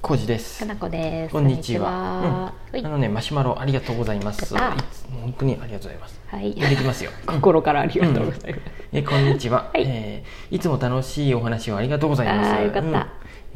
コウジですか。なこです。こんにちは。こあんにちはのねマシュマロありがとうございます。いやったつも本当にありがとうございます。はい。。やってきますよ 心からありがとうございます。えこんにちは、はいえーいつも楽しいお話をありがとうございます。あーよかったうん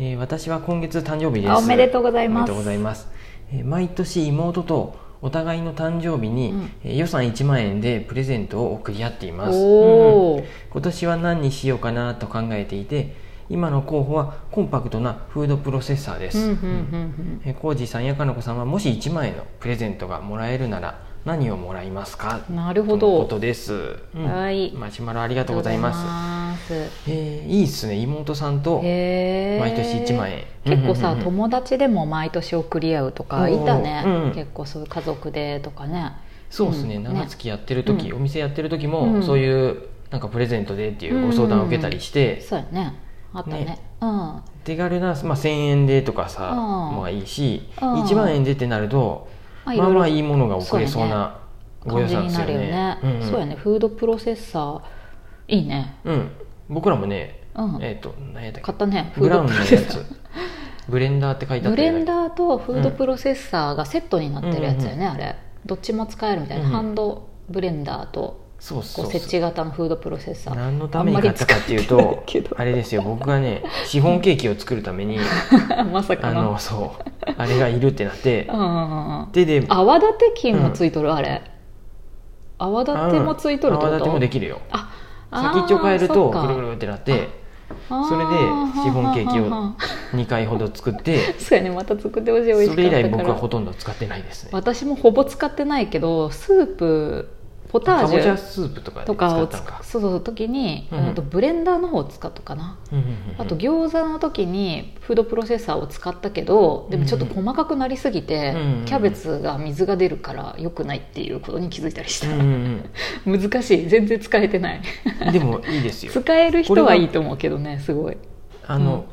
えー私は今月誕生日です。あおめでとうございますおめでとうございます。えー毎年妹とお互いの誕生日に、うんえー予算1万円でプレゼントを送り合っています。おお、今年は何にしようかなと考えていて今の候補はコンパクトなフードプロセッサーです、うんうんえー浩二さんやかのこさんはもし1万円のプレゼントがもらえるなら何をもらいますかうんうん。なるとほのこど。とです、うんはいマシュマロありあがとうございますす。えーいいっすね妹さんとへえ。毎年1万円、結構さ、うんうんうん友達でも毎年送り合うとかいたね、おーうん結構そういう家族でとかねそうですねうん長月やってる時、うんお店やってる時うも、んそういうなんかプレゼントでっていうご相談を受けたりして、そうやねあったねねうん手軽な、まあ、1,000円でとかさうんもいいしうん1万円でってなるとままあいろいろまあいいものが送れそうなご感予じ算でにすなよるよねね。んそうやねフードプロセッサーいいねうん僕らもねうんえっと何やったっけ買ったねフブーラウドンプのロやセッサつー ブレンダーって書いてあっブたレよねンダーとフードプロセッサーがセットになってるやつよね、うんうんあれどっちも使えるみたいな、うんハンドブレンダーとそうそうこうそう設置型のフードプロセッサー何のために買ったかっていうあんまとり使ってないけどあれですよ僕がねシフォンケーキを作るために まさかあののそうあれがいるってなってうんうんうん手で泡立て器もついとる、あれ泡立てもついとるって泡こ立とてもできるよああ先っちょ変えるそとっかぐるぐるってなってあそれでシフォンケーキをはんはんはんはん2回ほど作ってそうやねまた作ってほしい美味しかそったかられ以来僕はほとんど使ってないですね私もほぼ使ってないけどスープポタかージぼちゃュスープとかでと使かをったつのかそうそう時に、うんあとブレンダーの方を使ったかな、うんうんうんうんあと餃子の時にフードプロセッサーを使ったけどでもちょっと細かくなりすぎて、うんキャベツが水が出るから良くないっていうことに気づいたりしうた、んうん 難しい全然使えてないうんでもいいですよ使える人はいいと思うけどねすごいあの、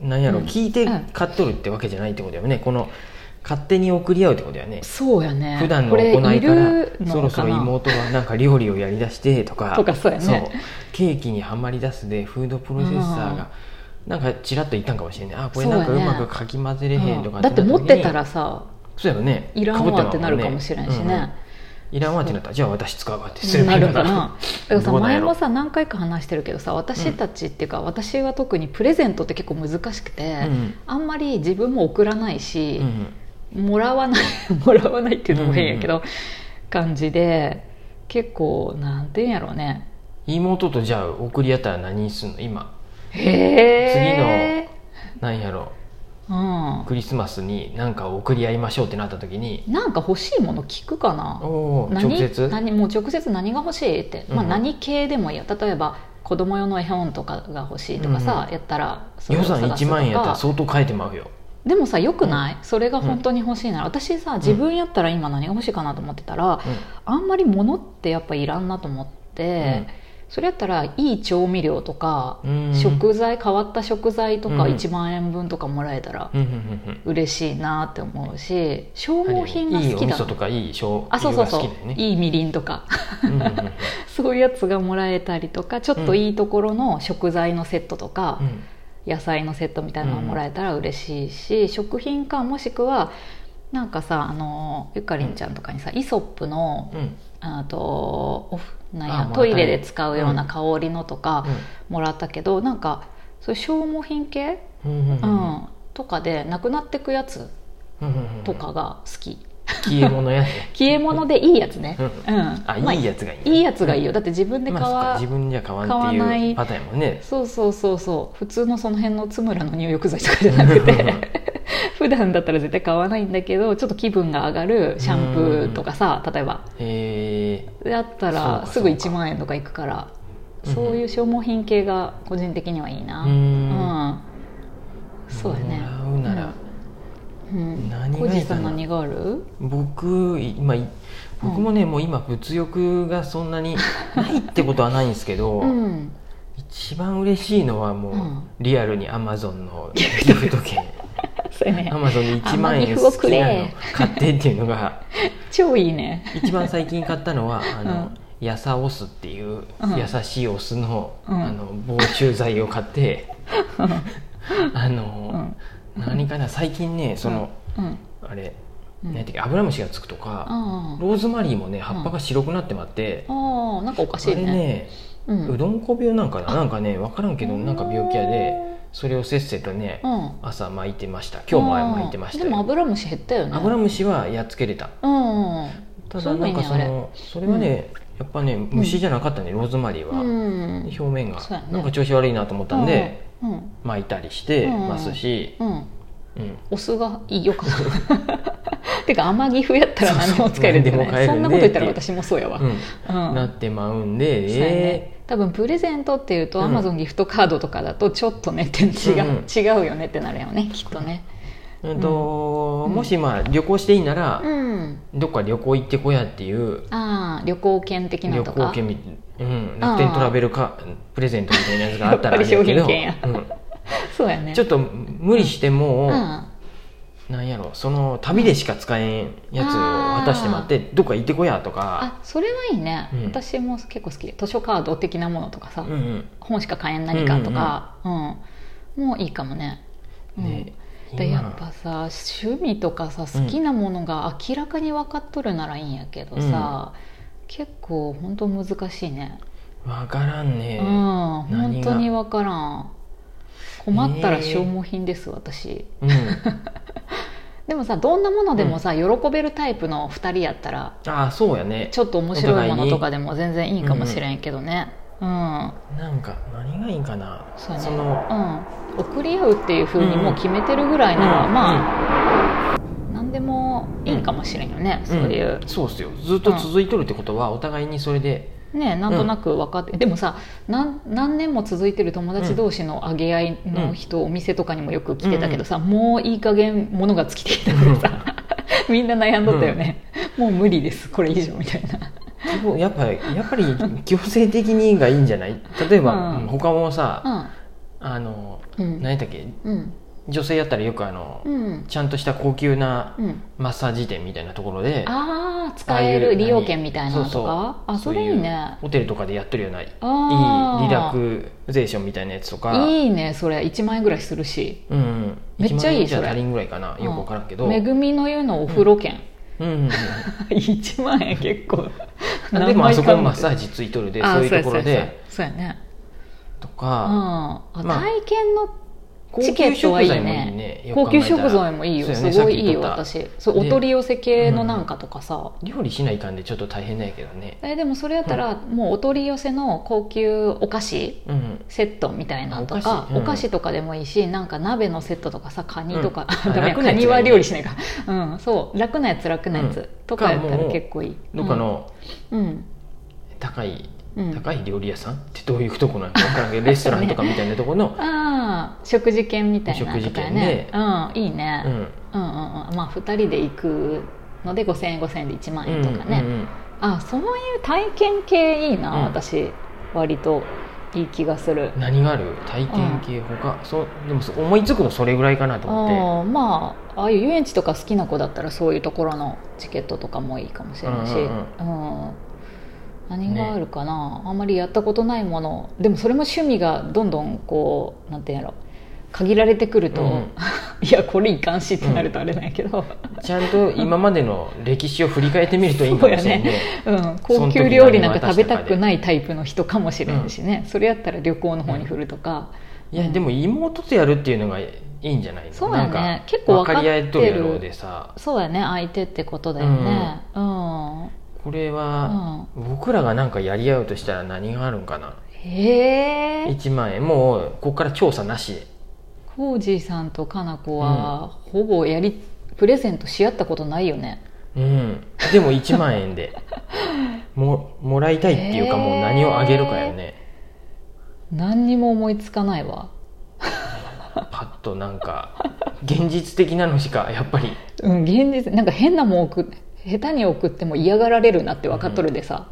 なんやろうん聞いてうん買っとるってわけじゃないってことだよねこの勝手に送り合うってことだよねそうやね普段の行いこかれいるのらそろそろかな妹がなんか料理をやりだしてとかとか そうやねケーキにはまりだすでフードプロセッサーがなんかちらっといったんかもしれないあこれなんかそううやねまくかき混ぜれへんとかうんだって持ってたなら時にさそうやろねいらんわってなるかもしれんし被ってたもんね、うんいらんわってなったらじゃあ私使うわってすうればいんないるのかかななだからさどうなんや前ろもさ何回か話してるけどさ私たちっていうか、私は特にプレゼントって結構難しくて、うんあんまり自分も送らないしう、んもらわない もらわないっていうのも変やけど、感じで結構なんていうんやろうね妹とじゃあ送り合ったら何すんの今へえなんやろ次の、クリスマスに何か送り合いましょうってなった時にうん、なんか欲しいもの聞くかなおお何直接何もう直接何が欲しいって、まあ、うん何系でもいいよ例えば子供用の絵本とかが欲しいとかさ、うやったらそれを予探算すと1か万円やったら相当変えてまうよでもさよくない、それが本当に欲しいなら私さ自分やったら今何が欲しいかなと思ってたら、あんまり物ってやっぱいらんなと思って、それやったらいい調味料とか、うん食材変わった食材とかうん1万円分とかもらえたらうんうんうん嬉しいなって思うし消うん耗品がいい好おき味だ噌とかいい醤あそう油そがうそ好う、きだよねいいみりんとか うんうんうんそういうやつがもらえたりとかちょっといいところの食材のセットとか、うん野菜のセットみたいなのをもらえたら嬉しいし、食品かもしくはなんかさあのゆかりんちゃんとかにさ、イソップのうんあとオフなんやあもらったねトイレで使うような香りのとかもらったけど、なんかそういう消耗品系、うんうんうんううんんとかでなくなってくやつうんうんうんとかが好き、消え物やね消え物でいいやつね、うんあまいいやつがいいねいいやつがいいよだって自分でま買あそっかわ、自分じゃ買わんって買わないいうパターンやもん ねそうそうそうそう普通のその辺のつむらの入浴剤とかじゃなくて普段だったら絶対買わないんだけどちょっと気分が上がるシャンプーとかさ例えばへえだっそたうらかすぐそうか1万円とかいくからうんうんそういう消耗品系が個人的にはいいなうーんうんそうだねもらうならうん何がいいかな小路さん何がある僕今い僕もね、もう今物欲がそん なにないってことはないんですけど、うん一番嬉しいのはもう、うんリアルにアマゾンのギフト券そうやねアマゾンで1万あんまギ円フを好くきれなの買ってっていうのが超いいね一番最近買ったのはあの、うんヤサオスっていう、うん優しいオスの,、うんあの防虫剤を買って、あの、うん何かな最近ねその、うんあれうん何ていうかアブラムシがつくとか、あローズマリーもね葉っぱが白くなってまって、あああなんかおかしあいれねね、ううんどんこ病なんかななんかね分からんけどなんか病気やでそれをせっせとねうん今朝巻いてました今日も巻いてましたでもアよブラムシ減ったよねアブラムシはやっつけれたうんたそだうななんんやかそのそれはね、やっぱね虫じゃなかったねローズマリーは、うん表面が、そうやねなんか調子悪いなと思ったんで、うんうん巻いたりしてうんますし、うんうんお酢がいいよかな てか天城風やったら何でも使えるんだよそうそう何でも買えるねそんでんなこと言ったら私もそうやわ、うんうんなってまうんで、そうやね多分プレゼントっていうとうアんマゾンギフトカードとかだとちょっとねって 違う,、うん違うよねってなるよねきっとねえーうんとうんもしまあ旅行していいなら、うんどっか旅行行ってこやっていうああ旅行券的な旅と行か券み、うん、楽天トラベルかプレゼントみたいなやつがあったらやあっぱれりやけど、商品券やうそうやねん、ちょっと無理しても、うんなんやろその旅でしか使えんやつを渡してもらってどっか行ってこやとか、あそれはいいね、うん私も結構好きで図書カード的なものとかさ、うんうん本しか買えん何かとか、うんもういいかもね,、うん、ねで今やっぱさ趣味とかさ好きなものが明らかに分かっとるならいいんやけどさ、結構本当難しいね、わからんね、うん本当に分からん困ったらねえ消耗品です、私うん、でもさどんなものでもさ、喜べるタイプの2人やったらああそうやね ちょっと面白いものとかでも全然いいかもしれんけどねうん、うんなんか何がいいかなそうねの送り合うっていうふうにもう決めてるぐらいなら、うんまあ、うん何でもいいかもしれんよね、そういう、そうっすよずっと続いとるってことはお互いにそれで、ねなんとなく分かって、でもさなん何年も続いてる友達同士のあげ合いの人、お店とかにもよく来てたけどさ、もういい加減物が尽きてきたからさ みんな悩んどったよね、もう無理ですこれ以上みたいな基本やっぱりやっぱり強制的にがいいんじゃない例えば、うんうん他もさ、あのうんうん何やったっけうん女性やったらよくあの、うんちゃんとした高級なうんマッサージ店みたいなところであああ使あいえうる利用何券みたいなのとかそうそうあそれいいねそううホテルとかでやってるようないいあーリラクゼーションみたいなやつとかいいねそれ1万円ぐらいするしうんうん、めっちゃ1万いい円じゃそれ足りんぐらいかなよく分からんけど、めぐみの言うのお風呂券、うんうんうん1万円結構 でもあそこマッサジージついとるでそういうところでそうやねとうんか、あまあ体験の高チケ級ット食はいい材もいいねね高級食材もいいよすごいいいよ私私そうおね取り寄せ系のなんかとかさ料理しないかんでちょっと大変だけどねえでもそれやったらもうお取り寄せの高級お菓子うんセットみたいなのとあお菓か子うんお菓子とかでもいいしなんか鍋のセットとかさカニとかうん ダメや楽なカやつがいいねニは料理しないからうんそう楽なやつ楽なやうつんとかやったかもらう結構いいどっかのうん高い、うん高い料理屋さんってどういうとこなんか分 からんけどレストランとかみたいなところの、ああ食事券みたいなのとかや食事券ねでうんいいうね、んうん、うんうんまあ2人で行くので5000円5000円で1万円とかうね、んうんあそういう体験系いいな、うん私割といい気がするうん何がある体験系ほか、そうでもそう思いつくのそれぐらいかなと思っああまあああいう遊園地とか好きな子だったらそういうところのチケットとかもいいかもしれないし、ううんんうん何があるかな、あんまりやったことないものでもそれも趣味がどんどんこうなんていうんやろ限られてくると、うん いやこれいかんしってなるとあれなんやけど、てちゃんと今までの歴史を振り返ってみるといいかもしれんねうん高級料理なんか食べたくないタイプの人かもしれんしね、それやったら旅行の方に振るとか、いやでも妹とやるっていうのがいいんじゃないのそうやねなんか結構分かってる分かり合えとるやろうでさそうやね相手ってことだよねうん、これは、僕らがなんかやり合うとしたら何があるんかなへえ1万円もうここから調査なしでコージーさんとかなこは、ほぼやりプレゼントし合ったことないよねうんでも1万円でももらいたいっていうかもう何をあげるかよね何にも思いつかないわパッとなんか現実的なのしかやっぱりうん現実なんか変なもん送っ下手に送っても嫌がられるなって分かっとるでさ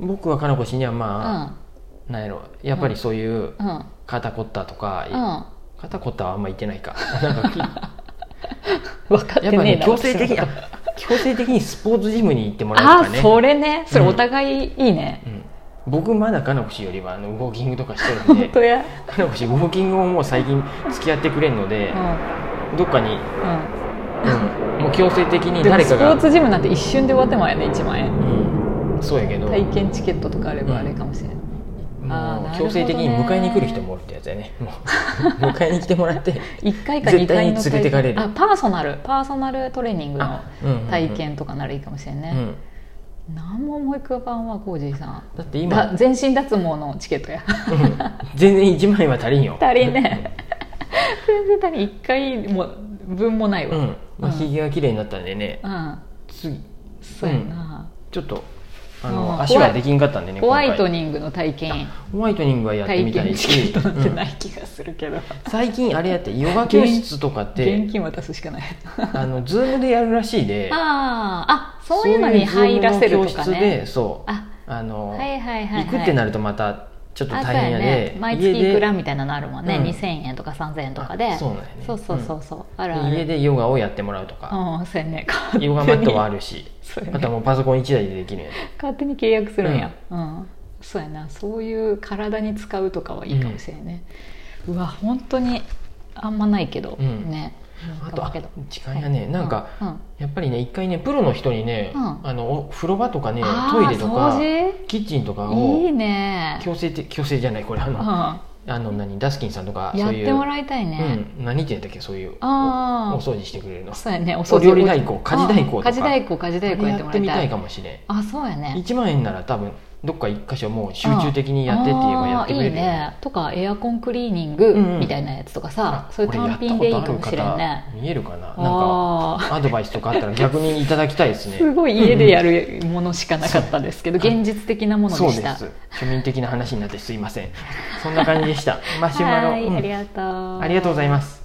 僕はかなこ氏にはうんまあ、なんやろやっぱりそういううんうん肩こったとか、分肩こったはあんま言ってない かなんかきかってやっぱねえねな強制的に私のあこと強制的にスポーツジムに行ってもらうあとかねーそれねそれうんお互いいいね、うん僕まだかなこ氏よりはあのウォーキングとかしてるん本で当や、かなこ氏ウォーキングももう最近付き合ってくれんので、うどっかに、ううんもう強制的にん、でも誰スポかがーツジムなんて一瞬で終わってもんやね1万円うん、そうやけど体験チケットとかあればあれかもしれない、あーもなるほどうね強制的に迎えに来る人もおるってやつやねもう迎えに来てもら って1回か2回の絶対に連れてかれるあパーソナルパーソナルトレーニングのうんうんうん体験とかならいいかもしれない、うねん、何も思い浮かばんわコージーさんだってだ今、全身脱毛のチケットや うん全然1万円は足りんよ足りんね 全然足りん1回も分もないわううん、ん、まあ、ひげが綺麗になったんでね次そうやな、ちょっとあうんの足はできんかったんでねホワイ今ト回ニングの体験ホワイトニングはやって体みた験いチケし、ットなんてうんない気がするけど、最近あれやってヨガ教室とかって現金渡すしかない あのズームでやるらしいであーあそういうのに入らせるとかそういう Zoom の教室でねそうああの、はいはいはい、はい、行くってなるとまたちょっとあ大変やそうで、ね、毎月いくらみたいなのあるもんね、うん2000円とか3000円とかであそうなんやねそうそうそうそうある家あでる家でヨガをやってもらうとか、うんそうや ねヨガマットはあるるし そうやあとねはもうパソコン1台でできるんやで勝手に契約するんや、うんそうやなそういう体に使うとかはいいかもしれないね、うわ本当にあんまないけど、うんねあとなあんかだけど時間やね、はいなんか、うんうんやっぱりね一回ねプロの人にね、うんあのお風呂場とかねあートイレとか掃キッチンとか除いをいね、強制的強制じゃないこれあうの,、ん、あの何ダスキンさんとかやそっういうてもらいたいね、うん、何って言うんだっけそういうおおあー掃除してくれるのそうやねおお料理代行家事代行とうかん家事代行家事代行やってもあられいみたたいいかもしれんあそうやね1万円なら多分どっか一箇所もう集中的にやってって言えばやってくれるよ、あーいいねとかエアコンクリーニングうんうんみたいなやつとかさ、あそういうこれやっ単た品でいいこかとあるもしれんね方見えるかななんかあーアドバイスとかあったら逆にいただきたいですねすごい家でやるものしかなかったですけど、現実的なものでそうしでたす庶民的な話になってすいませんそんな感じでしたマシュマロ、はい、うんありがとうありがとうございます